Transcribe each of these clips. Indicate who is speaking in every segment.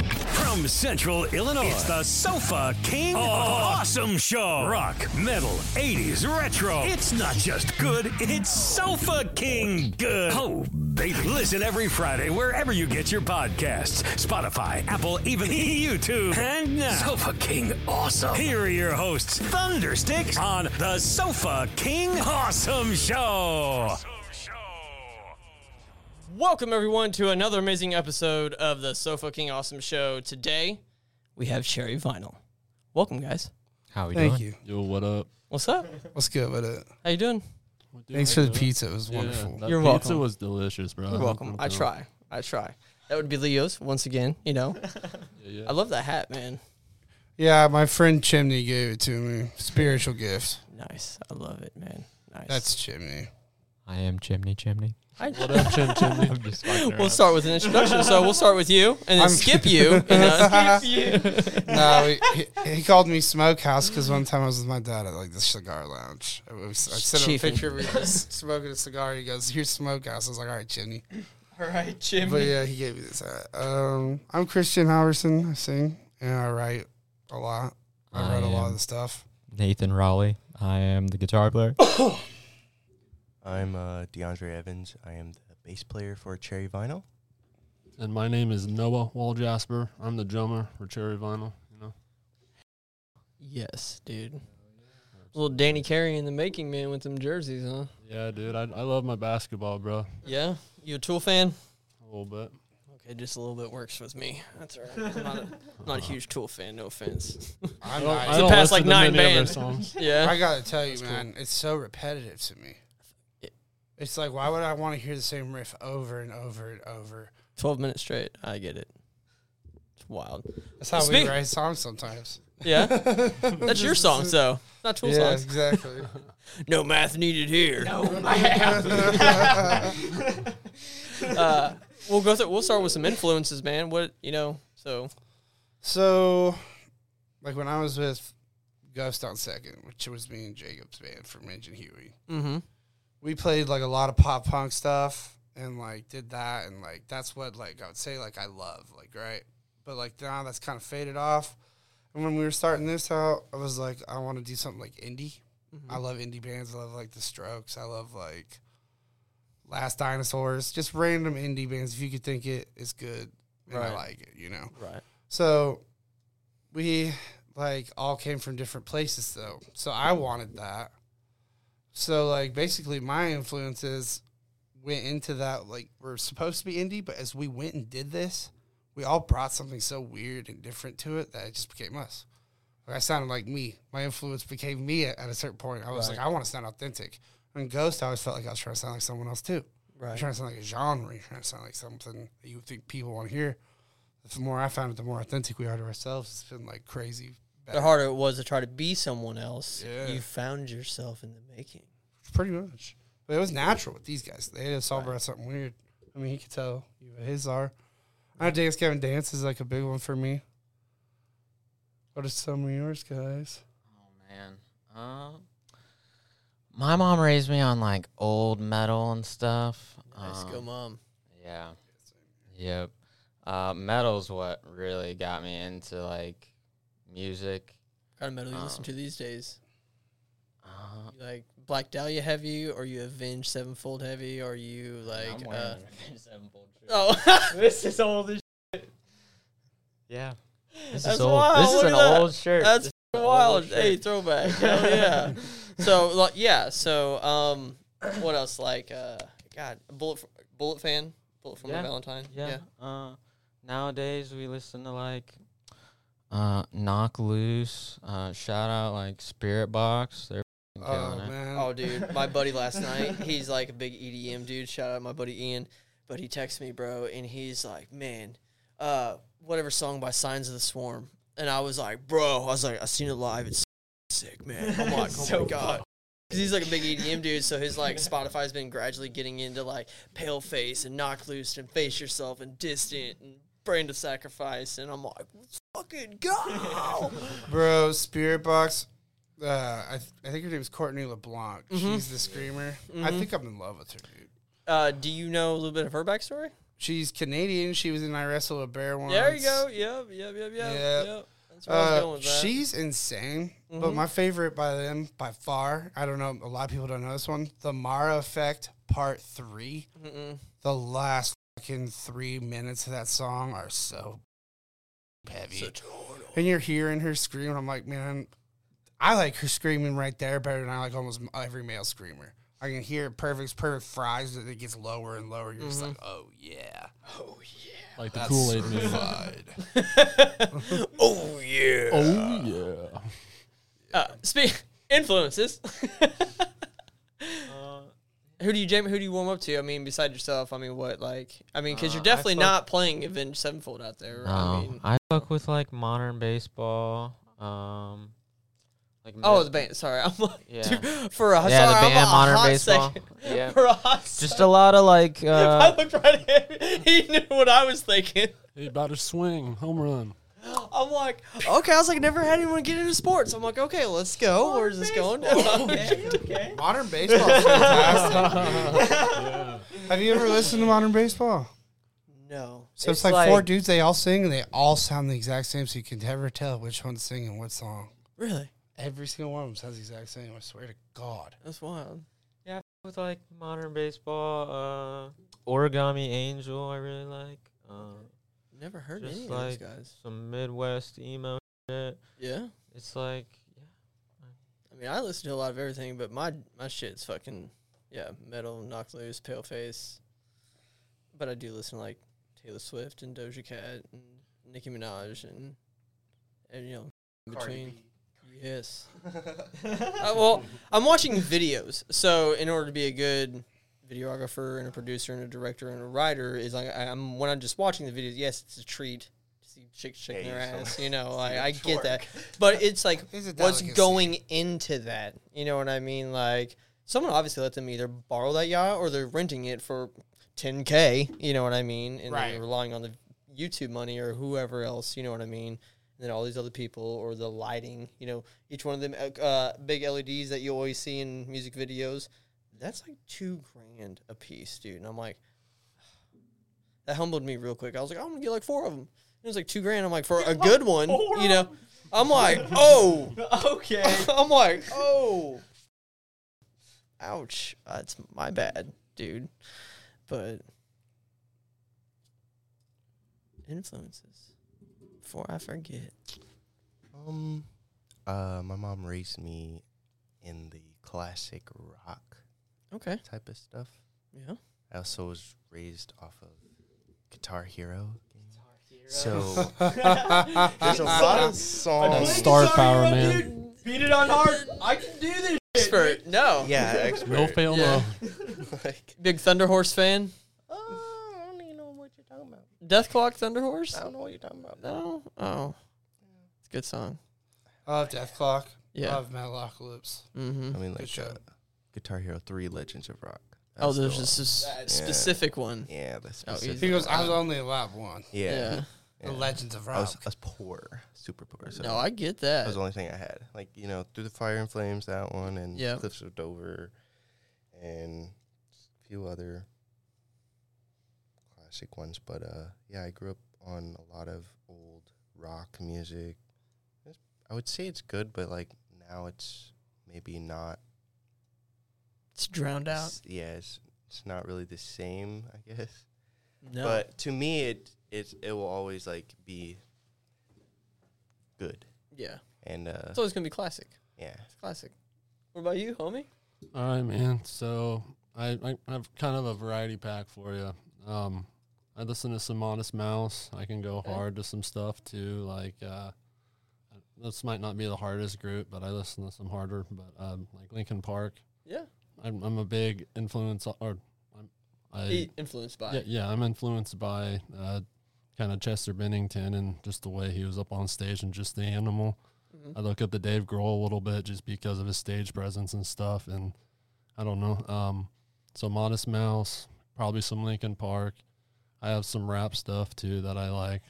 Speaker 1: From Central Illinois, it's the Sofa King Awesome Show. Rock, metal, 80s, retro. It's not just good, it's Sofa King good. Oh, baby. Listen every Friday wherever you get your podcasts Spotify, Apple, even YouTube. And now, Sofa King Awesome. Here are your hosts, Thundersticks, on the Sofa King Awesome Show.
Speaker 2: Welcome everyone to another amazing episode of the So Fucking Awesome Show. Today we have Sherry Vinyl. Welcome guys.
Speaker 3: How we
Speaker 4: Thank
Speaker 3: doing?
Speaker 4: you.
Speaker 5: Yo, what up?
Speaker 2: What's up?
Speaker 4: What's good with it?
Speaker 2: How you doing?
Speaker 4: Thanks for the pizza. It was wonderful.
Speaker 5: that
Speaker 2: You're
Speaker 5: pizza
Speaker 2: welcome.
Speaker 5: was delicious, bro.
Speaker 2: You're welcome. I try. I try. That would be Leo's once again. You know. I love that hat, man.
Speaker 4: Yeah, my friend Chimney gave it to me. Spiritual gift.
Speaker 2: Nice. I love it, man. Nice.
Speaker 4: That's Chimney.
Speaker 3: I am Chimney Chimney.
Speaker 2: I-
Speaker 3: I'm just fucking around.
Speaker 2: We'll start with an introduction. So we'll start with you, and then skip you. And then
Speaker 4: no, he, he, he called me Smokehouse because one time I was with my dad at like the cigar lounge. I, was, I sent him a
Speaker 2: Chiefing.
Speaker 4: picture of me smoking a cigar. He goes, "Here's Smokehouse." I was like, "All right, Chimney."
Speaker 2: All right,
Speaker 4: But
Speaker 2: Jimmy.
Speaker 4: yeah, he gave me this hat. Um, I'm Christian Howerson. I sing and I write a lot. I
Speaker 3: I
Speaker 4: write a lot
Speaker 3: am-
Speaker 4: of the stuff.
Speaker 3: Nathan Raleigh. I am the guitar player.
Speaker 6: Oh,
Speaker 7: I'm uh, DeAndre Evans. I am the bass player for Cherry Vinyl.
Speaker 5: And my name is Noah Wall Jasper. I'm the drummer for Cherry Vinyl. You know,
Speaker 2: Yes, dude. Little Danny Carey in the making, man, with them jerseys, huh?
Speaker 5: yeah, dude. I, I love my basketball, bro.
Speaker 2: Yeah. You a Tool fan?
Speaker 5: A little bit.
Speaker 2: Okay, just a little bit works with me. That's all right. I'm not a, not a huge Tool fan, no offense.
Speaker 4: I'm
Speaker 5: don't-
Speaker 4: not-
Speaker 5: don't
Speaker 2: past,
Speaker 5: listen
Speaker 2: like,
Speaker 5: to
Speaker 2: nine
Speaker 5: many of their
Speaker 2: bands.
Speaker 5: songs.
Speaker 2: Yeah.
Speaker 4: I gotta tell you, man, it's so repetitive to me. It's like, why would I want to hear the same riff over and over and over?
Speaker 2: 12 minutes straight. I get it. It's wild.
Speaker 4: That's how
Speaker 2: Speak-
Speaker 4: we write songs sometimes.
Speaker 2: Yeah. That's your song, so. Not Tool
Speaker 4: Yeah,
Speaker 2: songs.
Speaker 4: exactly.
Speaker 2: No math needed here. No math. uh, we'll go through, we'll start with some influences, man. What, you know, so
Speaker 4: so, like when I was with Ghost on Second, which was me and Jacob's band from Engine Huey,
Speaker 2: mm-hmm.
Speaker 4: we played like a lot of pop punk stuff and like did that and like that's what like I would say like I love like right, but like now that's kind of faded off. And when we were starting this out, I was like, I want to do something like indie.
Speaker 2: Mm-hmm.
Speaker 4: I love indie bands. I love like The Strokes. I love like Last Dinosaurs. Just random indie bands. If you could think it, it's good. And
Speaker 2: Right.
Speaker 4: I like it, you know.
Speaker 2: Right.
Speaker 4: So we like all came from different places though. So I wanted that. So like basically my influences went into that like we're supposed to be indie, but as we went and did this, we all brought something so weird and different to it that it just became us. Like I sounded like me. My influence became me at, at a certain point. I was like, I want to sound authentic. And Ghost, I always felt like I was trying to sound like someone else too. You're
Speaker 2: Right.
Speaker 4: trying to sound like a genre. You're trying to sound like something that you think people want to hear. The more I found it, the more authentic we are to ourselves. It's been like crazy.
Speaker 2: The harder it was to try to be someone else,
Speaker 4: Yeah.
Speaker 2: you found yourself in the making.
Speaker 4: Pretty much. But it was natural with these guys. They just all brought something weird. I mean, he could tell you what his are. I know Dance Gavin Dance is like a big one for me. What are some of yours, guys?
Speaker 6: Man, um, my mom raised me on like old metal and stuff.
Speaker 2: Nice go,
Speaker 6: Um,
Speaker 2: mom.
Speaker 6: Yeah. Yep. Uh, metal's what really got me into like music.
Speaker 2: What kind of metal you listen
Speaker 6: um,
Speaker 2: to these days?
Speaker 6: Uh,
Speaker 2: You like Black Dahlia heavy, or you Avenged Sevenfold heavy, or you like?
Speaker 6: I'm wearing
Speaker 2: Uh,
Speaker 6: an Avenged Sevenfold shirt.
Speaker 2: oh,
Speaker 6: this is old as Yeah. This
Speaker 2: That's
Speaker 6: is old.
Speaker 2: wild,
Speaker 6: This is
Speaker 2: look
Speaker 6: an
Speaker 2: at that.
Speaker 6: old shirt.
Speaker 2: that's
Speaker 6: This is an
Speaker 2: wild!
Speaker 6: old
Speaker 2: Hey,
Speaker 6: shirt.
Speaker 2: throwback. Hell yeah. so like, yeah. So um, what else? Like uh, God, Bullet f- Bullet fan, Bullet from
Speaker 6: Yeah.
Speaker 2: Valentine.
Speaker 6: Yeah. Uh, nowadays we listen to like uh, Knock Loose. Uh, shout out like Spirit Box. They're f***ing
Speaker 4: Oh,
Speaker 6: killing it.
Speaker 4: man.
Speaker 2: Oh, dude, my buddy last night, he's like a big EDM dude. Shout out my buddy Ian. But he texts me, bro, and he's like, man, uh, whatever song by Signs of the Swarm. And I was like, bro, I was like, I seen it live. It's sick, man. I'm like, oh my God. Because he's like a big EDM dude, so his like Spotify's been gradually getting into like Pale Face and Knock Loose and Face Yourself and Distant and Brand of Sacrifice. And I'm like, let's fucking go.
Speaker 4: Bro, Spirit Box. Uh, I, th- I think her name's Courtney LeBlanc.
Speaker 2: Mm-hmm.
Speaker 4: She's the screamer. I think I'm in love with her, dude.
Speaker 2: uh, do you know a little bit of her backstory?
Speaker 4: She's Canadian. She was in I Wrestle a Bear once.
Speaker 2: There you go. Yep, yep, yep, yep.
Speaker 4: Yep.
Speaker 2: yep. That's where I was going
Speaker 4: Uh,
Speaker 2: with that. Mm-hmm.
Speaker 4: she's insane, but my favorite by them by far. I don't know. A lot of people don't know this one. The Mara Effect Part 3 The last fucking three minutes of that song are so heavy, and you're hearing her scream. and I'm like, man, I like her screaming right there better than I like almost m- every male screamer. I can hear it perfect, perfect fries that it gets lower and lower. You're
Speaker 2: Mm-hmm.
Speaker 4: just like, oh yeah, oh yeah,
Speaker 5: Like the Kool Aid man.
Speaker 4: man.
Speaker 2: oh yeah.
Speaker 5: Oh yeah.
Speaker 2: Uh, speak influences.
Speaker 6: Uh,
Speaker 2: who do you jam? Who do you warm up to? I mean, beside yourself. I mean, what like? I mean, because you're
Speaker 6: Uh, I
Speaker 2: definitely
Speaker 6: fuck-
Speaker 2: not playing Avenged Sevenfold out there. I
Speaker 6: No,
Speaker 2: mean,
Speaker 6: Um, I fuck with like modern baseball. Um, like
Speaker 2: oh,
Speaker 6: mid-
Speaker 2: the band. Sorry, I'm like
Speaker 6: Yeah.
Speaker 2: dude, for a
Speaker 6: Yeah, the
Speaker 2: sorry, I'm
Speaker 6: band,
Speaker 2: a
Speaker 6: modern
Speaker 2: hot
Speaker 6: baseball.
Speaker 2: second-
Speaker 6: Yeah.
Speaker 2: for a hot
Speaker 6: just
Speaker 2: second.
Speaker 6: a lot of like.
Speaker 2: I
Speaker 6: Uh,
Speaker 2: looked right at him. He knew what I was thinking.
Speaker 5: He about to swing home run.
Speaker 2: I'm like, okay. I was like, never had anyone get into sports. I'm like, okay, let's go. Where's this going? Oh, okay, okay.
Speaker 4: Modern baseball is fantastic. Have you ever listened to modern baseball?
Speaker 2: No.
Speaker 4: So it's, like, four dudes, they all sing and they all sound the exact same, so you can never tell which one's singing what song.
Speaker 2: Really?
Speaker 4: Every single one of them sounds the exact same. I swear to God.
Speaker 2: That's wild.
Speaker 6: with like modern baseball, uh, origami angel, I really like. Uh,
Speaker 2: Never heard
Speaker 6: Just
Speaker 2: any
Speaker 6: like-
Speaker 2: of those guys.
Speaker 6: some Midwest emo shit.
Speaker 2: Yeah.
Speaker 6: It's like
Speaker 2: I mean, I listen to a lot of everything, but my my shit's fucking yeah, metal, knock loose, pale face. But I do listen to like Taylor Swift and Doja Cat and Nicki Minaj and and you know in between. Yes. Uh, well, I'm watching videos, so in order to be a good videographer and a producer and a director and a writer is like I, I'm when I'm just watching the videos. Yes, it's a treat. to See chicks shaking
Speaker 7: Yeah,
Speaker 2: their
Speaker 7: you still-
Speaker 2: ass, you know. Like I get that, but it's like
Speaker 4: It's a
Speaker 2: what's
Speaker 4: delicacy.
Speaker 2: going into that. You know what I mean? Like someone obviously let them either borrow that yacht or they're renting it for 10k. You know what I mean? And
Speaker 4: Right.
Speaker 2: they're relying on the YouTube money or whoever else. You know what I mean? And then all these other people or the lighting. You know, each one of them uh, uh, big LEDs that you always see in music videos. That's like two grand a piece, dude. And I'm like, that humbled me real quick. I was like, I'm gonna get like four of them. It was like two grand. I'm like, for a good one, you know. I'm like, oh, okay. I'm like, oh, ouch. That's my bad, dude. But influences. Before I forget,
Speaker 7: Um, uh, my mom raised me in the classic rock
Speaker 2: okay,
Speaker 7: type of stuff.
Speaker 2: yeah,
Speaker 7: I also was raised off of Guitar Hero. So there's a lot of songs.
Speaker 5: Star power, man.
Speaker 2: beat it on hard. I can do this. Expert, no,
Speaker 7: Yeah, expert.
Speaker 5: No fail,
Speaker 2: Yeah.
Speaker 5: no.
Speaker 7: Like,
Speaker 2: big Thunder Horse fan.
Speaker 7: oh, I don't even know what you're talking about.
Speaker 2: Death Clock Thunder Horse.
Speaker 7: I don't know what you're talking about.
Speaker 2: No, oh, it's a good song.
Speaker 4: I love Death Clock.
Speaker 2: Yeah.
Speaker 4: I
Speaker 5: Uh,
Speaker 4: love Metalocalypse.
Speaker 2: Mm-hmm.
Speaker 7: I mean,
Speaker 4: Good
Speaker 7: like
Speaker 4: show.
Speaker 7: uh, Guitar Hero Three: Legends of Rock.
Speaker 2: Oh,
Speaker 7: That's
Speaker 2: there's
Speaker 7: the-
Speaker 2: this is
Speaker 4: That-
Speaker 2: specific one.
Speaker 7: Yeah, that's
Speaker 2: Oh, he's-
Speaker 7: specific.
Speaker 4: He goes, I was only allowed one.
Speaker 7: yeah.
Speaker 2: Yeah.
Speaker 7: yeah.
Speaker 4: The Legends of
Speaker 7: I was, I
Speaker 4: Rock.
Speaker 7: was poor, super poor. So
Speaker 2: No, I get
Speaker 7: that
Speaker 2: that.
Speaker 7: was the only thing I had. Like you know, through the fire and flames, that one, and
Speaker 2: Yeah.
Speaker 7: Cliffs of Dover, and a few other classic ones. But uh, yeah, I grew up on a lot of old rock music. It's, I would say it's good, but like now it's maybe not.
Speaker 2: It's drowned out.
Speaker 7: s- Yeah, it's, it's not really the same, I guess.
Speaker 2: No.
Speaker 7: But to me, it it it will always like be good,
Speaker 2: yeah.
Speaker 7: and uh,
Speaker 2: It's always going to be classic.
Speaker 7: yeah.
Speaker 2: It's classic. What about you, homie?
Speaker 5: All right, man. So I, I have kind of a variety pack for you. Um, I listen to some Modest Mouse. I can go hard to some stuff too. Like uh, this might not be the hardest group, but I listen to some harder. But um, like Lincoln Park,
Speaker 2: Yeah.
Speaker 5: I'm, I'm a big influence o- or I'm, I
Speaker 2: He influenced by.
Speaker 5: yeah, yeah, I'm influenced by uh, kind of Chester Bennington and just the way he was up on stage and just the animal. I look up to Dave Grohl a little bit just because of his stage presence and stuff, and I don't know. Um, so Modest Mouse, probably some Linkin Park. I have some rap stuff too that I like.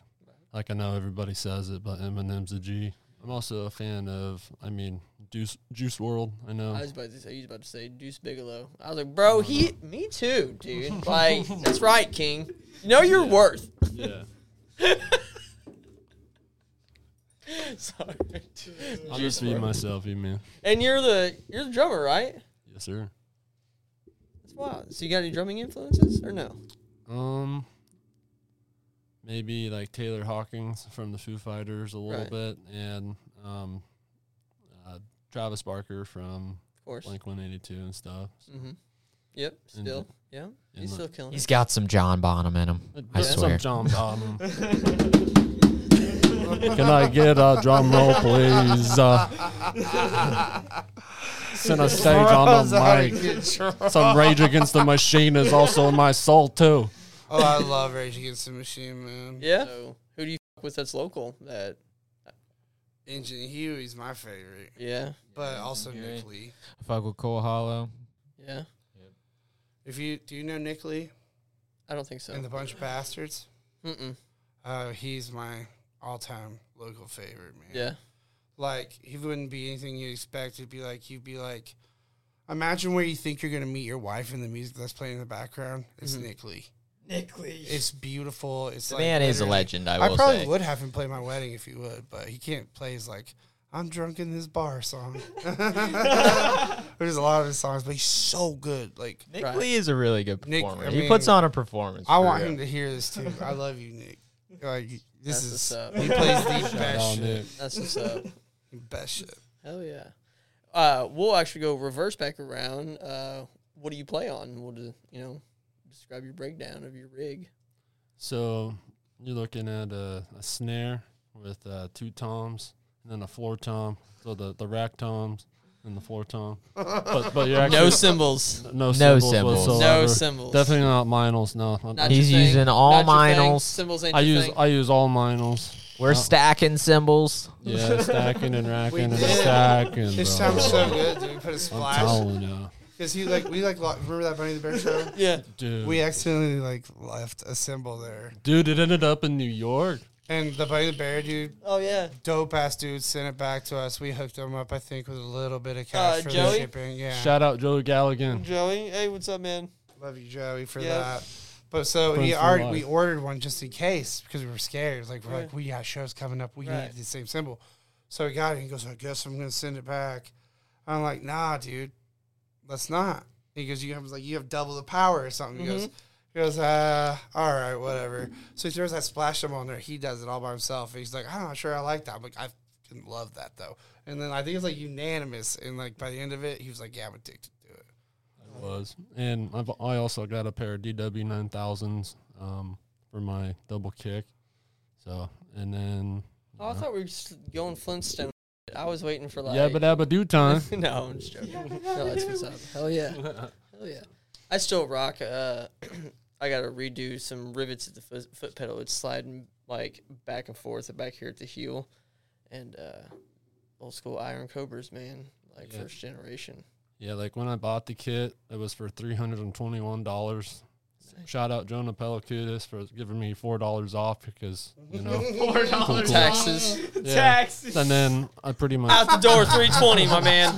Speaker 5: Like I know everybody says it, but Eminem's a G. I'm also a fan of, I mean, Juice Juice World. I know.
Speaker 2: I was about to say, he was about to say Deuce Bigelow. I was like,
Speaker 5: Oh,
Speaker 2: bro, he, me too, dude. Like, that's right, King. You know your worth.
Speaker 5: yeah.
Speaker 2: Sorry.
Speaker 5: I'll just feed myself, you man.
Speaker 2: And you're the you're the drummer, right?
Speaker 5: Yes, sir.
Speaker 2: That's wild. So you got any drumming influences or no?
Speaker 5: Um, maybe like Taylor Hawkins from the Foo Fighters a little
Speaker 2: Right.
Speaker 5: bit, and um, uh, Travis Barker from
Speaker 2: Of course.
Speaker 5: Blink 182 and stuff.
Speaker 2: Mm-hmm. Yep.
Speaker 5: And-
Speaker 2: Still. Yeah.
Speaker 5: and
Speaker 2: He's
Speaker 5: the-
Speaker 2: still killing.
Speaker 3: He's got some John Bonham in him. I
Speaker 5: Put
Speaker 3: swear.
Speaker 5: Some John Bonham. Can I get a drum roll, please? Uh, Center stage on the mic. Some Rage Against the Machine is also in my soul too.
Speaker 4: Oh, I love Rage Against the Machine, man.
Speaker 2: Yeah. So who do you fuck with that's local? That
Speaker 4: Engine Huey's my favorite,
Speaker 2: yeah.
Speaker 4: but also
Speaker 3: Huey.
Speaker 4: Nick Lee.
Speaker 3: Fuck with Cole Hollow.
Speaker 2: Yeah.
Speaker 4: If you do you know Nick Lee
Speaker 2: I don't think so.
Speaker 4: and the Bunch of Bastards?
Speaker 2: Mm-mm.
Speaker 4: Uh, he's my all-time local favorite, man.
Speaker 2: Yeah.
Speaker 4: Like he wouldn't be anything you expect. It'd be like you'd be like, imagine where you think you're gonna meet your wife and the music that's playing in the background. It's Mm-hmm. Nick Lee.
Speaker 2: Nick Lee.
Speaker 4: It's beautiful. It's
Speaker 6: The
Speaker 4: like
Speaker 6: man is a
Speaker 4: literally-
Speaker 6: legend, I
Speaker 4: I,
Speaker 6: will
Speaker 4: probably
Speaker 6: say.
Speaker 4: would have him play my wedding if he would, but he can't play his like I'm drunk in this bar song. There's a lot of his songs, but he's so good. Like
Speaker 6: Nick
Speaker 2: Right.
Speaker 6: Lee is a really good
Speaker 4: Nick-
Speaker 6: performer.
Speaker 4: I
Speaker 6: he puts
Speaker 4: mean,
Speaker 6: on a performance.
Speaker 4: I
Speaker 6: for
Speaker 4: want
Speaker 6: real.
Speaker 4: him to hear this too. I love you, Nick. Like this
Speaker 2: That's what's
Speaker 4: is
Speaker 2: up.
Speaker 4: he plays the
Speaker 5: Oh,
Speaker 4: best shit.
Speaker 5: Nick.
Speaker 2: That's what's up.
Speaker 4: Best shit.
Speaker 2: Hell yeah. Uh, we'll actually go reverse back around. Uh, what do you play on? We'll do, you know describe your breakdown of your rig.
Speaker 5: So you're looking at a, a snare with uh, two toms and then a floor tom. So the, the rack toms and the floor tom. But, but you're
Speaker 2: No
Speaker 5: actually
Speaker 2: symbols.
Speaker 5: no cymbals
Speaker 3: cymbals. No
Speaker 5: whatsoever.
Speaker 2: No symbols.
Speaker 5: Definitely not minals. No, I-
Speaker 2: Not
Speaker 5: I,
Speaker 2: your
Speaker 3: He's
Speaker 2: thing.
Speaker 3: using all
Speaker 2: Not your thing.
Speaker 3: minors.
Speaker 2: Symbols ain't
Speaker 5: I
Speaker 2: your
Speaker 5: use
Speaker 2: thing.
Speaker 5: I use all minals.
Speaker 3: We're
Speaker 5: Oh.
Speaker 3: stacking symbols.
Speaker 5: Yeah, stacking and racking and
Speaker 4: did.
Speaker 5: stacking.
Speaker 4: This
Speaker 5: bro.
Speaker 4: sounds so good, dude. We put a
Speaker 5: I'm
Speaker 4: splash
Speaker 5: telling you,
Speaker 4: because he like we like lo- remember that Bunny the Bear show.
Speaker 2: yeah.
Speaker 5: dude.
Speaker 4: We accidentally like left a symbol there,
Speaker 5: dude, it ended up in New York.
Speaker 4: and the Bunny the Bear dude,
Speaker 2: Oh yeah.
Speaker 4: dope ass dude, sent it back to us. We hooked him up, I think, with a little bit of cash
Speaker 2: Uh,
Speaker 4: for
Speaker 2: Joey?
Speaker 4: the shipping. Yeah,
Speaker 5: Shout out Joe Galligan.
Speaker 2: Joey, hey, what's up, man?
Speaker 4: Love you, Joey, for
Speaker 2: Yeah.
Speaker 4: that. But so
Speaker 5: Friends
Speaker 4: he
Speaker 5: for
Speaker 4: already
Speaker 5: life.
Speaker 4: we ordered one just in case because we were scared. Like we're
Speaker 2: Right.
Speaker 4: like we got shows coming up. We
Speaker 2: Right.
Speaker 4: need the same symbol. So he got it. And he goes, I guess I'm gonna send it back. I'm like, Nah, dude, let's not. He goes, You have like you have double the power or something. He
Speaker 2: Mm-hmm.
Speaker 4: goes, He goes, uh, all right, whatever. So he throws that splash symbol on there. He does it all by himself. He's like, I'm not sure I like that. I'm like, I fucking love that though. And then I think it's like unanimous. And like by the end of it, he was like, Yeah, I'm addicted to it.
Speaker 5: It was, and I've, I also got a pair of DW nine thousands um, for my double kick. So and then
Speaker 2: Oh, I thought we were just going Flintstone. I was waiting for like.
Speaker 5: yeah, but abba do time.
Speaker 2: no, I'm just joking. No, that's what's up. Hell yeah. Hell yeah. I still rock. Uh, I gotta redo some rivets at the foot, foot pedal. It's sliding like back and forth back here at the heel, and uh, old school iron cobras, man. Like
Speaker 5: Yeah.
Speaker 2: first generation.
Speaker 5: Yeah, like when I bought the kit, it was for three hundred and twenty-one dollars. Shout out Jonah Pellicudis for giving me four dollars off because you know four dollars
Speaker 2: Taxes
Speaker 5: taxes. And then I pretty much
Speaker 2: out the door, three twenty, my man.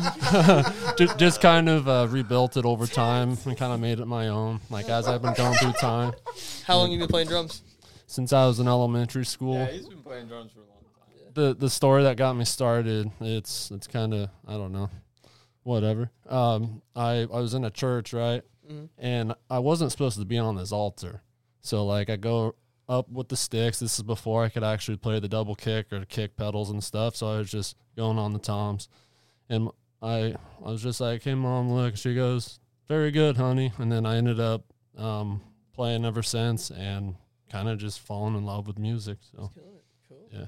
Speaker 5: just, just kind of uh, rebuilt it over time and kind of made it my own. Like as I've been going through time
Speaker 2: How long you been playing drums?
Speaker 5: since I was in elementary school.
Speaker 6: he's been playing drums for a long time.
Speaker 5: the the story that got me started it's it's kind of i don't know whatever um i i was in a church right and i wasn't supposed to be on this altar so like i go up with the sticks this is before i could actually play the double kick or kick pedals and stuff so i was just going on the toms and i i was just like hey mom look she goes very good honey and then i ended up um playing ever since and kind of just falling in love with music so
Speaker 2: Killing it. Cool.
Speaker 5: yeah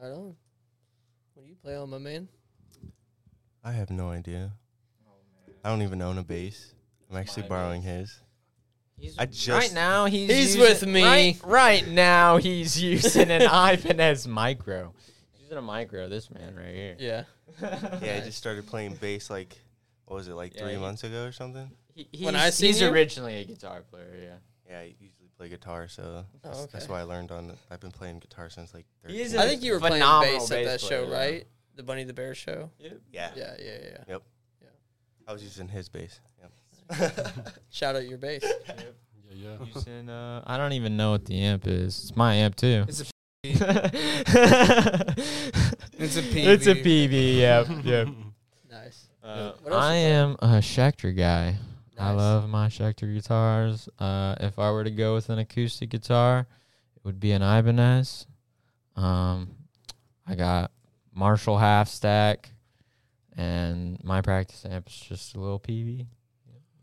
Speaker 2: Right on. What do you play on, my man?
Speaker 7: I have no idea.
Speaker 6: Oh,
Speaker 7: I don't even own a bass. I'm actually borrowing his.
Speaker 6: He's,
Speaker 7: I just
Speaker 6: right now, he's
Speaker 2: He's
Speaker 6: using-
Speaker 2: with me.
Speaker 6: Right, right now, he's using an Ibanez micro. He's using a micro. This man right here.
Speaker 2: Yeah.
Speaker 7: yeah, I just started playing bass like what was it like
Speaker 6: Yeah,
Speaker 7: three
Speaker 6: he-
Speaker 7: months ago or something?
Speaker 6: He,
Speaker 2: When
Speaker 6: he's-
Speaker 2: I seen
Speaker 6: he's
Speaker 2: you-
Speaker 6: originally a guitar player. Yeah.
Speaker 7: Yeah, I usually play guitar, so that's, that's
Speaker 2: okay.
Speaker 7: why I learned on. I've been playing guitar since like. 13.
Speaker 6: Oh, He is a
Speaker 2: I think you were playing
Speaker 6: phenomenal
Speaker 2: bass at
Speaker 6: bass
Speaker 2: that show,
Speaker 6: player, yeah.
Speaker 2: right? The Bunny the Bear show.
Speaker 7: yeah.
Speaker 2: Yeah, yeah, yeah.
Speaker 7: I was using his bass. Yep.
Speaker 2: Shout out your bass.
Speaker 5: Yeah, yeah.
Speaker 6: Using, uh, I don't even know what the amp is. It's my amp too.
Speaker 4: It's a
Speaker 6: it's a
Speaker 4: PB.
Speaker 6: It's a PB. Yep. Yep.
Speaker 2: nice.
Speaker 6: Uh,
Speaker 2: What else
Speaker 6: I
Speaker 2: you
Speaker 6: am a Schecter guy. I
Speaker 2: Nice.
Speaker 6: love my Schecter guitars. Uh, if I were to go with an acoustic guitar, it would be an Ibanez. Um, I got Marshall half stack, and my practice amp is just a little PV. Yeah,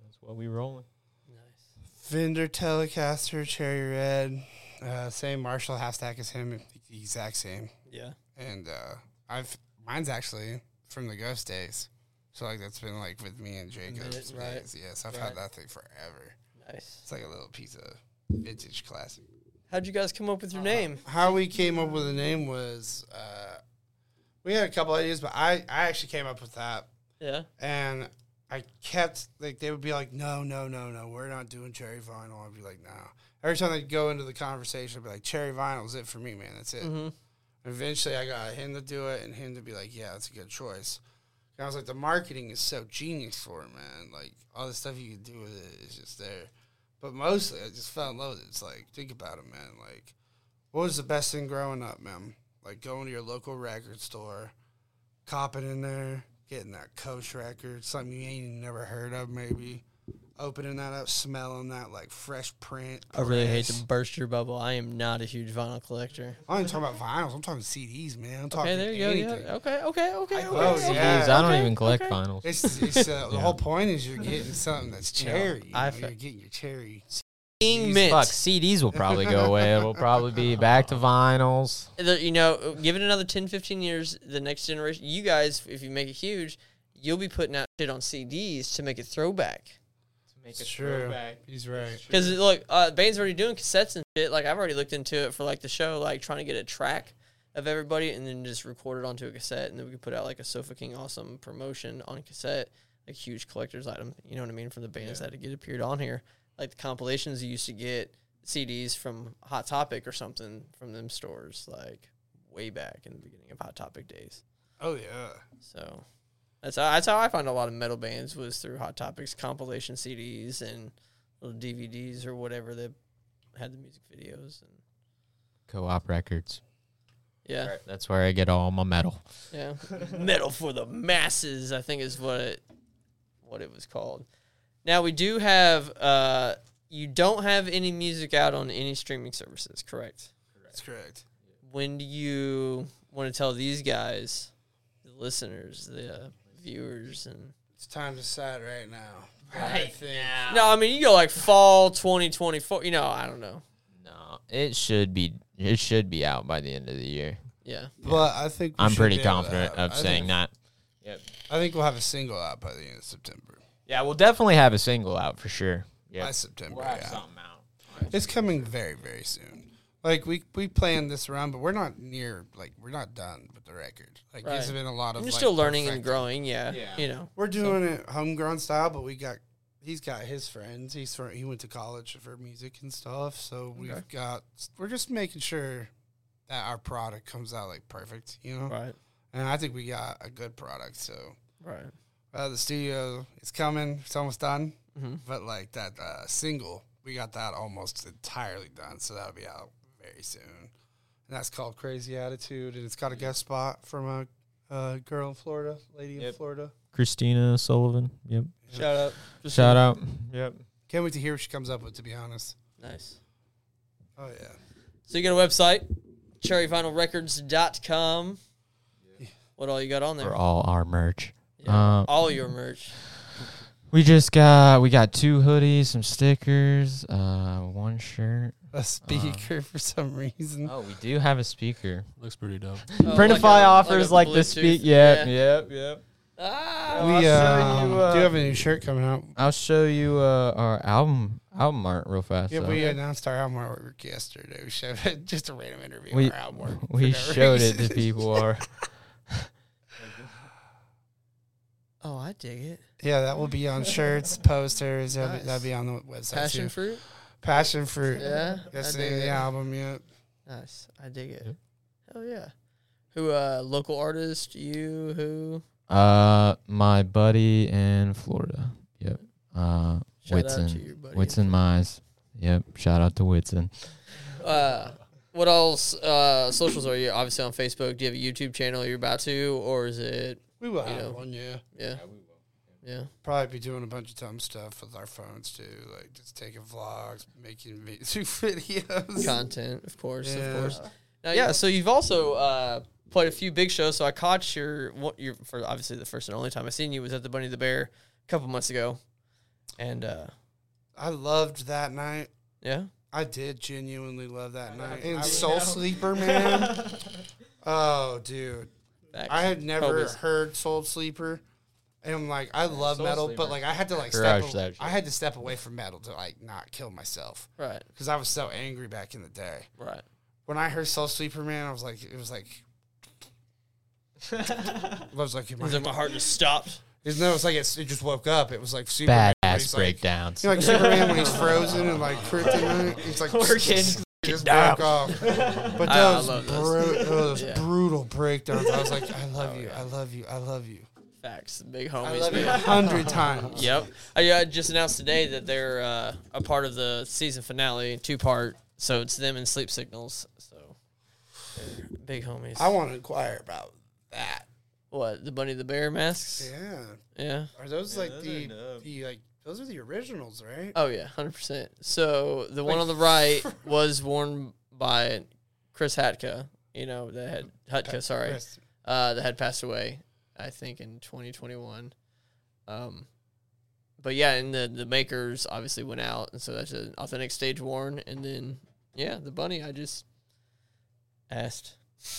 Speaker 6: that's what we rolling.
Speaker 2: Nice.
Speaker 4: Fender Telecaster Cherry Red, uh, same Marshall half stack as him, the exact same.
Speaker 2: Yeah.
Speaker 4: And uh, I've mine's actually from the Ghost days, so like that's been like with me and Jacob.
Speaker 2: Minute, right,
Speaker 4: Yes, I've
Speaker 2: right.
Speaker 4: had that thing forever.
Speaker 2: Nice.
Speaker 4: It's like a little piece of vintage classic.
Speaker 2: How'd you guys come up
Speaker 4: Uh,
Speaker 2: with your name?
Speaker 4: How we came up with the name was uh, we had a couple ideas, but I I actually came up with that
Speaker 2: Yeah.
Speaker 4: and I kept like they would be like, no, no, no, no, we're not doing cherry vinyl. I'd be like, no. Every time they'd go into the conversation, I'd be like, cherry vinyl's it for me, man. That's it.
Speaker 2: Mhm.
Speaker 4: Eventually, I got him to do it and him to be like, yeah, that's a good choice. And I was like, the marketing is so genius for it, man. Like all the stuff you can do with it is just there. But mostly, I just fell in love with it. It's like, think about it, man. Like, what was the best thing growing up, man? Like going to your local record store, copping in there, getting that Coach record, something you ain't even never heard of, maybe. Opening that up, smelling that like fresh print.
Speaker 2: I really hate
Speaker 4: press.
Speaker 2: to burst your bubble. I am not a huge vinyl collector.
Speaker 4: I'm not even talking about vinyls. I'm talking CDs, man. I'm talking
Speaker 2: Okay, there you go.
Speaker 4: anything.
Speaker 2: Yeah. Okay, okay, okay, okay.
Speaker 4: love
Speaker 2: okay.
Speaker 4: Yeah,
Speaker 6: Jeez, I don't
Speaker 2: okay,
Speaker 6: even collect
Speaker 2: okay.
Speaker 6: vinyls.
Speaker 4: It's, it's uh, the whole point is you're getting something that's cherry. you
Speaker 2: I
Speaker 4: know,
Speaker 2: fe-
Speaker 4: you're getting your cherry.
Speaker 2: King
Speaker 6: Fuck,
Speaker 2: Mint.
Speaker 6: CDs will probably go away. It will probably be back to vinyls.
Speaker 2: the- you know, give it another 10, 15 years, the next generation, you guys, if you make it huge, you'll be putting out shit on CDs to make it throwback.
Speaker 4: It's true. He's right.
Speaker 2: Because look, uh, Bane's already doing cassettes and shit. Like I've already looked into it for like the show, like trying to get a track of everybody and then just record it onto a cassette, and then we could put out like a Sofa King awesome promotion on cassette, a huge collector's item. You know what I mean? From the bands that had get appeared on here, like the compilations you used to get CDs from Hot Topic or something from them stores, like way back in the beginning of Hot Topic days.
Speaker 4: Oh yeah.
Speaker 2: So that's how, that's how I found a lot of metal bands was through Hot Topics compilation CDs and little DVDs or whatever that had the music videos and
Speaker 6: Co-op records.
Speaker 2: yeah,
Speaker 6: That's where I get all my metal.
Speaker 2: yeah, metal for the masses. I think is what it what it was called. Now we do have uh, you don't have any music out on any streaming services, correct?
Speaker 4: That's correct.
Speaker 2: When do you want to tell these guys, the listeners, the viewers, and
Speaker 4: It's time to decide right now. Right I think.
Speaker 2: No, I mean you go like fall 2024. You know, I don't know.
Speaker 6: No, it should be. It should be out by the end of the year.
Speaker 2: Yeah,
Speaker 4: But I think we
Speaker 6: I'm
Speaker 4: should
Speaker 6: pretty
Speaker 4: be able to
Speaker 6: confident
Speaker 4: have-
Speaker 6: of
Speaker 4: I
Speaker 6: saying
Speaker 4: think,
Speaker 6: that.
Speaker 4: I think we'll have a single out by the end of September.
Speaker 6: Yeah, we'll definitely have a single out for sure.
Speaker 4: By
Speaker 6: Yeah,
Speaker 4: September,
Speaker 6: we'll have
Speaker 4: yeah.
Speaker 6: something out.
Speaker 4: It's coming very, very soon. Like we we planned this round, but we're not near. Like we're not done with the record. Like
Speaker 2: Right.
Speaker 4: there's been a lot of.
Speaker 2: I'm
Speaker 4: like,
Speaker 2: still learning and
Speaker 4: perfecting.
Speaker 2: growing. Yeah,
Speaker 6: Yeah.
Speaker 2: you know.
Speaker 4: We're doing it homegrown style, but we got he's got his friends. He's fr- he went to college for music and stuff, so we've got we're just making sure that our product comes out like perfect, you know.
Speaker 2: Right,
Speaker 4: And I think we got a good product. So
Speaker 2: right.
Speaker 4: uh, the studio is coming; it's almost done.
Speaker 2: Mhm.
Speaker 4: But like that uh, single, we got that almost entirely done, so that'll be out very soon. And that's called Crazy Attitude, and it's got a guest spot from a, a girl in Florida, lady in
Speaker 6: Yep.
Speaker 4: Florida.
Speaker 6: Christina Sullivan. Yep.
Speaker 2: Shout out.
Speaker 6: Shout out. Yep.
Speaker 4: Can't wait to hear what she comes up with, to be honest.
Speaker 2: Nice.
Speaker 4: Oh yeah.
Speaker 2: So you got a website, cherryvinylrecords.com. What all you got on
Speaker 6: For
Speaker 2: there?
Speaker 6: all our merch.
Speaker 2: Yeah.
Speaker 6: uh,
Speaker 2: all your merch.
Speaker 6: We just got we got two hoodies, some stickers, uh, one shirt.
Speaker 4: A speaker for some reason.
Speaker 6: Oh, we do have a speaker.
Speaker 5: Looks pretty dope.
Speaker 2: Oh,
Speaker 6: Printify
Speaker 2: like a-
Speaker 6: offers
Speaker 2: a
Speaker 6: like, the
Speaker 2: Bluetooth.
Speaker 6: speak. Yep, yep, yep.
Speaker 2: Ah,
Speaker 6: I'll
Speaker 4: we
Speaker 6: show
Speaker 4: um,
Speaker 6: you, uh,
Speaker 4: do have a new shirt coming out.
Speaker 6: I'll show you uh, our album album art real fast.
Speaker 4: Yeah,
Speaker 6: though.
Speaker 4: we announced our album artwork yesterday. We showed it just a random interview.
Speaker 6: We-
Speaker 4: of our album artwork
Speaker 6: we
Speaker 4: for no
Speaker 6: showed it
Speaker 4: reason.
Speaker 6: to people. Or
Speaker 2: Oh, I dig it.
Speaker 4: Yeah, that will be on shirts, posters. That'll, be,
Speaker 2: Nice.
Speaker 4: that'll be on the website
Speaker 2: Passion
Speaker 4: too.
Speaker 2: fruit.
Speaker 4: Passion Fruit.
Speaker 2: Yeah,
Speaker 4: That's
Speaker 2: I
Speaker 4: the name
Speaker 2: dig
Speaker 4: of the
Speaker 2: it.
Speaker 4: album. Yeah.
Speaker 2: Nice, I dig it. Hell yeah. Who uh local artist? You who?
Speaker 6: Uh, my buddy in Florida. Yep.
Speaker 2: Shout
Speaker 6: Uh,
Speaker 2: out to
Speaker 6: Whitson.
Speaker 2: your buddy.
Speaker 6: Whitson Mize. Yep. Shout out to Whitson.
Speaker 2: Uh, what else? Uh, socials are you obviously on Facebook? Do you have a YouTube channel? You're about to, or is it?
Speaker 4: We will
Speaker 2: You
Speaker 4: have
Speaker 2: know.
Speaker 4: one, yeah.
Speaker 2: Yeah. Yeah.
Speaker 4: Probably be doing a bunch of dumb stuff with our phones too, like just taking vlogs, making music videos.
Speaker 2: Content, of course,
Speaker 4: Yeah.
Speaker 2: of course. Now, yeah. So you've also uh, played a few big shows. So I caught your what your for obviously the first and only time I seen you was at the Bunny the Bear a couple months ago, and uh,
Speaker 4: I loved that night.
Speaker 2: yeah,
Speaker 4: I did genuinely love that night. And Soul Sleeper, man. oh, dude.
Speaker 2: Facts.
Speaker 4: I had never
Speaker 2: Kobe's.
Speaker 4: heard Soul Sleeper. And I'm like, I love metal, but like I had to like step
Speaker 6: Garage that shit.
Speaker 4: I had to step away from metal to like not kill myself.
Speaker 2: right,
Speaker 4: Because I was so angry back in the day.
Speaker 2: right.
Speaker 4: When I heard Soul Sleeper Man, I was like it was like I was like, am I-
Speaker 2: It's like my heart just stopped.
Speaker 4: It's- no, it's like it's, it just woke up. It was like Superman. when
Speaker 6: Badass
Speaker 4: he's,
Speaker 6: breakdowns.
Speaker 4: Like, you know, like Superman when he's frozen and like kryptonite. He's like
Speaker 2: Working.
Speaker 4: He just broke off. But
Speaker 2: I
Speaker 4: those,
Speaker 2: love
Speaker 4: bru-
Speaker 2: those.
Speaker 4: those
Speaker 2: Yeah. Oh,
Speaker 4: brutal breakdowns. I was like, I love you. I love you. I love you.
Speaker 2: Facts, big homies.
Speaker 4: I love you
Speaker 2: man.
Speaker 4: a hundred times.
Speaker 2: Yep. I, I just announced today that they're uh, a part of the season finale, two part. So it's them and Sleep Signals. So they're big homies.
Speaker 4: I want to inquire about that.
Speaker 2: what the bunny the bear masks?
Speaker 4: Yeah.
Speaker 2: Yeah.
Speaker 4: Are those like
Speaker 8: those are
Speaker 4: the,
Speaker 8: dope.
Speaker 4: the like those are the originals, right?
Speaker 2: Oh yeah, hundred percent. So the one on the right was worn by Chris Hatka. You know that had Hutka. Sorry.
Speaker 4: Yes.
Speaker 2: uh, that had passed away, I think, in 2021. Um, but yeah, and the the makers obviously went out, and so that's an authentic stage worn. And then yeah, the bunny I just asked.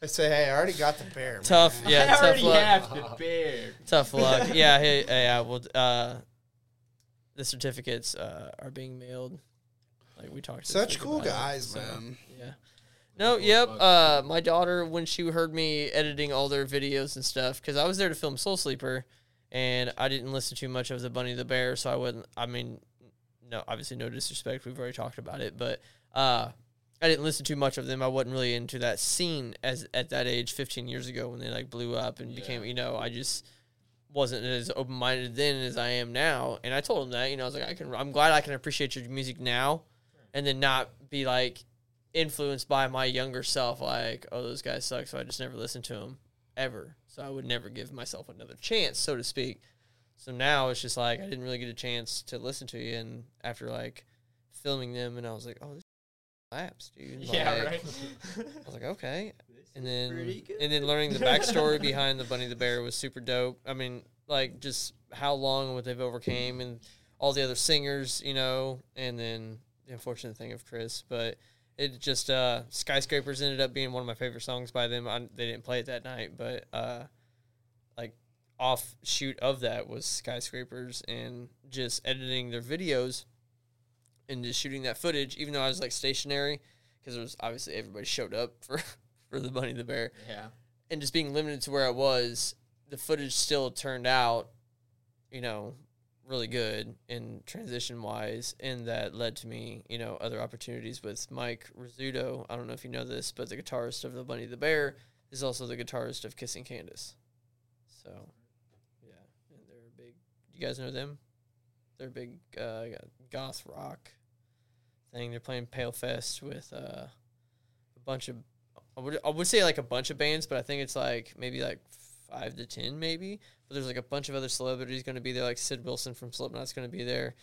Speaker 4: I say, hey, I already got the bear. man.
Speaker 2: Tough, yeah, tough luck,
Speaker 8: to bear.
Speaker 2: tough luck. Yeah, hey, hey, I will. Uh, the certificates uh, are being mailed. Like we talked, this
Speaker 4: Such
Speaker 2: week
Speaker 4: cool
Speaker 2: about it,
Speaker 4: guys,
Speaker 2: so.
Speaker 4: man.
Speaker 2: Yeah. No, yep. Uh, my daughter, when she heard me editing all their videos and stuff, because I was there to film Soul Sleeper, and I didn't listen to much of the Bunny the Bear, so I wouldn't. I mean, no, obviously no disrespect. We've already talked about it, but uh, I didn't listen to much of them. I wasn't really into that scene as at that age, 15 years ago, when they like blew up and became. You know, I just wasn't as open minded then as I am now. And I told him that. You know, I was like, I can. I'm glad I can appreciate your music now, and then not be like influenced by my younger self, like, oh, those guys suck, so I just never listened to them ever. So I would never give myself another chance, so to speak. So now it's just like I didn't really get a chance to listen to you, and after like filming them, and I was like, oh, this slaps, dude.
Speaker 8: Yeah,
Speaker 2: Like,
Speaker 8: right.
Speaker 2: I was like, okay, and
Speaker 8: pretty
Speaker 2: then
Speaker 8: good.
Speaker 2: and then learning the backstory behind the Bunny the Bear was super dope. I mean, like just how long and what they've overcame, and all the other singers, you know, and then the unfortunate thing of Chris, but it just uh, skyscrapers ended up being one of my favorite songs by them. I, they didn't play it that night, but uh, like offshoot of that was skyscrapers and just editing their videos and just shooting that footage, even though I was like stationary because it was obviously everybody showed up for for the bunny and the bear
Speaker 8: Yeah.
Speaker 2: and just being limited to where I was, the footage still turned out, you know, really good in transition wise, and that led to me, you know, other opportunities with Mike Rizzuto. I don't know if you know this, but the guitarist of the Bunny the Bear is also the guitarist of Kissing Candace. So, yeah, and they're a big. You guys know them? They're a big uh, goth rock thing. They're playing Pale Fest with uh, a bunch of I would I would say like a bunch of bands, but I think it's like maybe like five to ten maybe. But there's like a bunch of other celebrities going to be there, like Sid Wilson from Slipknot's going to be there,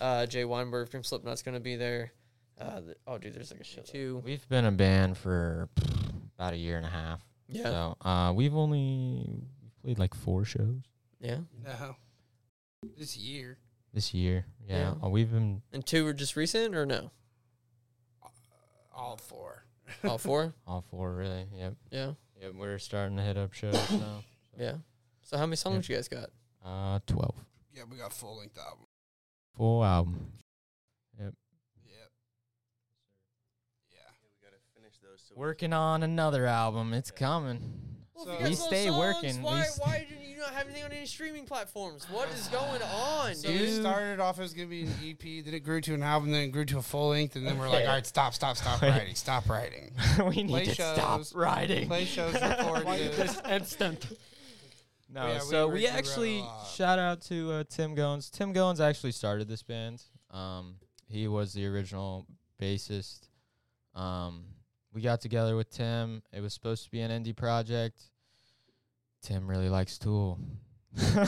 Speaker 2: uh, Jay Weinberg from Slipknot's going to be there. Uh, th- oh, dude, there's like a shit too.
Speaker 6: We've been a band for about a year and a half.
Speaker 2: Yeah,
Speaker 6: So uh, we've only played like four shows
Speaker 2: yeah.
Speaker 4: No. This year.
Speaker 6: this year.
Speaker 2: Yeah.
Speaker 6: Yeah. Uh, we've been
Speaker 2: And two were just recent or no?
Speaker 4: All four.
Speaker 2: All four.
Speaker 6: all four really. Yep.
Speaker 2: yeah,
Speaker 6: Yep. We're starting to hit up shows now.
Speaker 2: yeah. So how many songs you guys got?
Speaker 6: Uh, twelve.
Speaker 4: Yeah, we got full length album.
Speaker 6: Full album.
Speaker 4: Yeah. Yeah.
Speaker 7: we gotta finish those.
Speaker 6: Working on another album. It's coming.
Speaker 2: Well,
Speaker 4: So-
Speaker 2: if you
Speaker 4: We
Speaker 2: guys love
Speaker 6: stay
Speaker 2: songs,
Speaker 6: working, we
Speaker 2: Why,
Speaker 6: st-
Speaker 2: why do you not have anything on any streaming platforms? What is going on,
Speaker 4: So
Speaker 2: dude?
Speaker 4: it started off as gonna be an EP, then it grew to an album, then it grew to a full length, and then we're like, all right, stop, stop, stop writing, stop writing.
Speaker 6: we need
Speaker 4: Play
Speaker 6: to stop
Speaker 4: shows.
Speaker 6: riding.
Speaker 4: Play shows recorded.
Speaker 5: instant.
Speaker 6: No,
Speaker 4: Yeah, we
Speaker 6: Uh, so we,
Speaker 4: originally wrote a
Speaker 6: actually
Speaker 4: lot.
Speaker 6: shout out to uh, Tim Goins. Tim Goins actually started this band. Um, he was the original bassist. Um, we got together with Tim. It was supposed to be an indie project. Tim really likes Tool.
Speaker 2: Bye.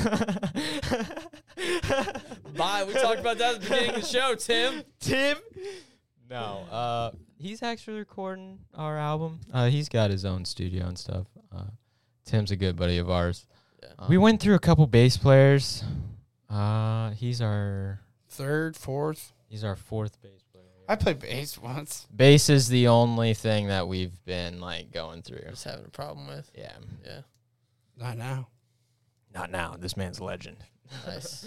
Speaker 2: We talked about that at the beginning of the show, Tim.
Speaker 6: Tim. No, uh, he's actually recording our album. Uh, he's got his own studio and stuff. Uh, Tim's a good buddy of ours.
Speaker 2: Yeah.
Speaker 6: we went through a couple bass players. Uh, he's our
Speaker 4: Third, fourth.
Speaker 6: he's our fourth bass player.
Speaker 4: I played bass once.
Speaker 6: Bass is the only thing that we've been like going through.
Speaker 2: Just having a problem with.
Speaker 6: Yeah,
Speaker 2: Yeah.
Speaker 4: Not now.
Speaker 6: not now. This man's a legend.
Speaker 2: Nice.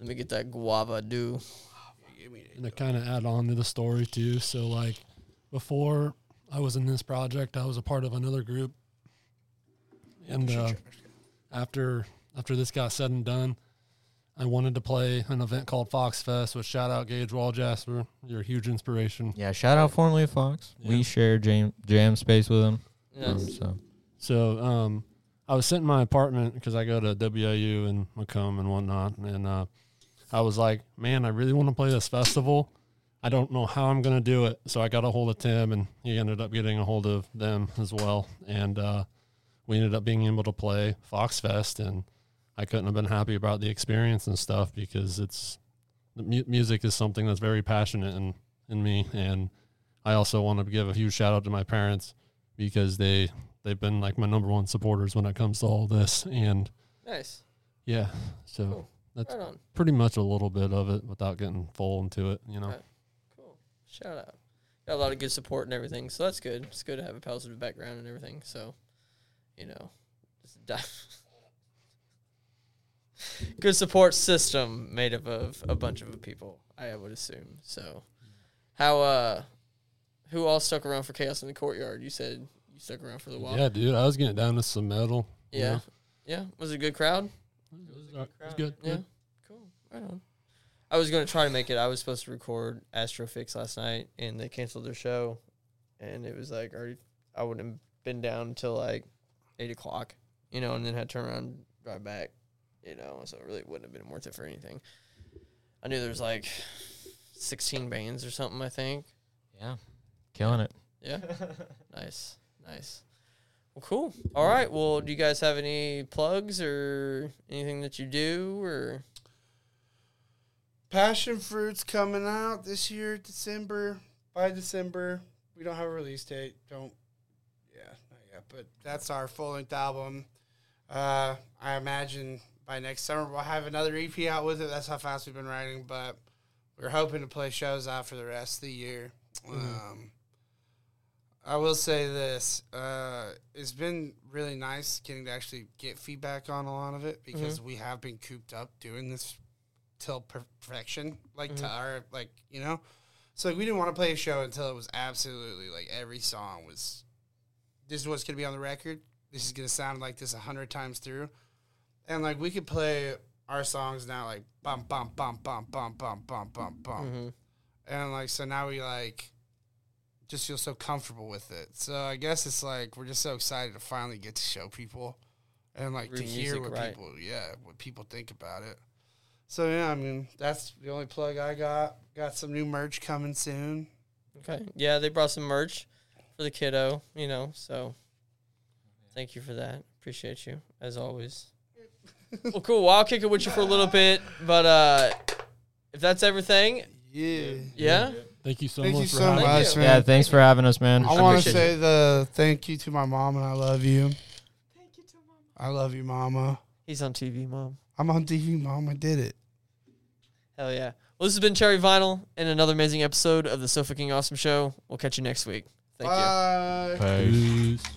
Speaker 2: Let me get that guava do.
Speaker 5: And to kind of add on to the story too. So like before I was in this project, I was a part of another group. And uh, after after this got said and done, I wanted to play an event called Fox Fest with shout out Gage Wall Jasper. You're a huge inspiration.
Speaker 6: Yeah, shout out formerly Fox.
Speaker 5: Yeah.
Speaker 6: We share jam jam space with him. Um,
Speaker 2: Nice.
Speaker 6: so
Speaker 5: So um, I was sitting in my apartment because I go to WIU and Macomb and whatnot, and uh, I was like, man, I really want to play this festival. I don't know how I'm gonna do it. So I got a hold of Tim, and he ended up getting a hold of them as well, and uh, we ended up being able to play Fox Fest, and I couldn't have been happy about the experience and stuff because it's the mu- music is something that's very passionate in in me, and I also want to give a huge shout out to my parents because they they've been like my number one supporters when it comes to all this and
Speaker 2: Nice.
Speaker 5: yeah so
Speaker 2: Cool.
Speaker 5: that's
Speaker 2: Right on.
Speaker 5: pretty much a little bit of it without getting full into it you know
Speaker 2: Right. Cool. Shout out. Got a lot of good support and everything, so that's good. It's good to have a positive background and everything. So, you know, just dive. good support system made up of a bunch of people, I would assume. So, how uh, who all stuck around for chaos in the courtyard? You said you stuck around for the while.
Speaker 5: yeah dude i was getting down to some metal you
Speaker 2: Yeah.
Speaker 5: know?
Speaker 2: Yeah. Was it a good crowd?
Speaker 5: it was, uh, it was good
Speaker 2: Yeah. Cool. Right on. I was going to try to make it. I was supposed to record Astrofix last night, and they canceled their show. And it was like already, I would have been down until like eight o'clock, you know, and then had to turn around, and drive back, you know. So it really wouldn't have been worth it for anything. I knew there was like sixteen bands or something. I think.
Speaker 6: yeah, killing it.
Speaker 2: Yeah. nice. Nice. Well, cool. All right. Well, do you guys have any plugs or anything that you do or?
Speaker 4: Passion fruit's coming out this year, December. By December, we don't have a release date. Don't. Yeah, not yet. But that's our full length album. Uh, I imagine by next summer we'll have another EP out with it. That's how fast we've been writing. But we're hoping to play shows out for the rest of the year. Um, I will say this: uh, it's been really nice getting to actually get feedback on a lot of it because we have been cooped up doing this till perfection, like to our like you know. So like, we didn't want to play a show until it was absolutely like every song was. This is what's gonna be on the record. This is gonna sound like this a hundred times through, and like we could play our songs now like bum bum bum bum bum bum bum bum bum,
Speaker 2: Mm-hmm.
Speaker 4: and like so now we like just feel so comfortable with it. So I guess it's like we're just so excited to finally get to show people and like
Speaker 2: Through
Speaker 4: to hear
Speaker 2: music,
Speaker 4: what
Speaker 2: right.
Speaker 4: people yeah what people think about it. So yeah, I mean that's the only plug I got. Got some new merch coming soon.
Speaker 2: Okay. Yeah, they brought some merch for the kiddo, you know, so thank you for that. Appreciate you, as always. well, cool. Well, I'll kick it with you for a little bit, but uh if that's everything,
Speaker 4: Yeah.
Speaker 2: yeah?
Speaker 5: thank you so
Speaker 4: Thank
Speaker 5: much
Speaker 4: you
Speaker 5: for
Speaker 4: so
Speaker 5: having me.
Speaker 4: much,
Speaker 2: you.
Speaker 4: man.
Speaker 6: Yeah, thanks for having us, man.
Speaker 4: I want to
Speaker 2: appreciate
Speaker 4: say the thank you to my mom and I love you. Thank you to mama. I love you, mama.
Speaker 2: He's on TV, Mom.
Speaker 4: I'm on TV, mom. I did it.
Speaker 2: Hell yeah. Well, this has been Cherry Vinyl and another amazing episode of the Sofa King Awesome Show. We'll catch you next week. Thank you.
Speaker 4: Bye.
Speaker 6: Peace.
Speaker 5: Peace.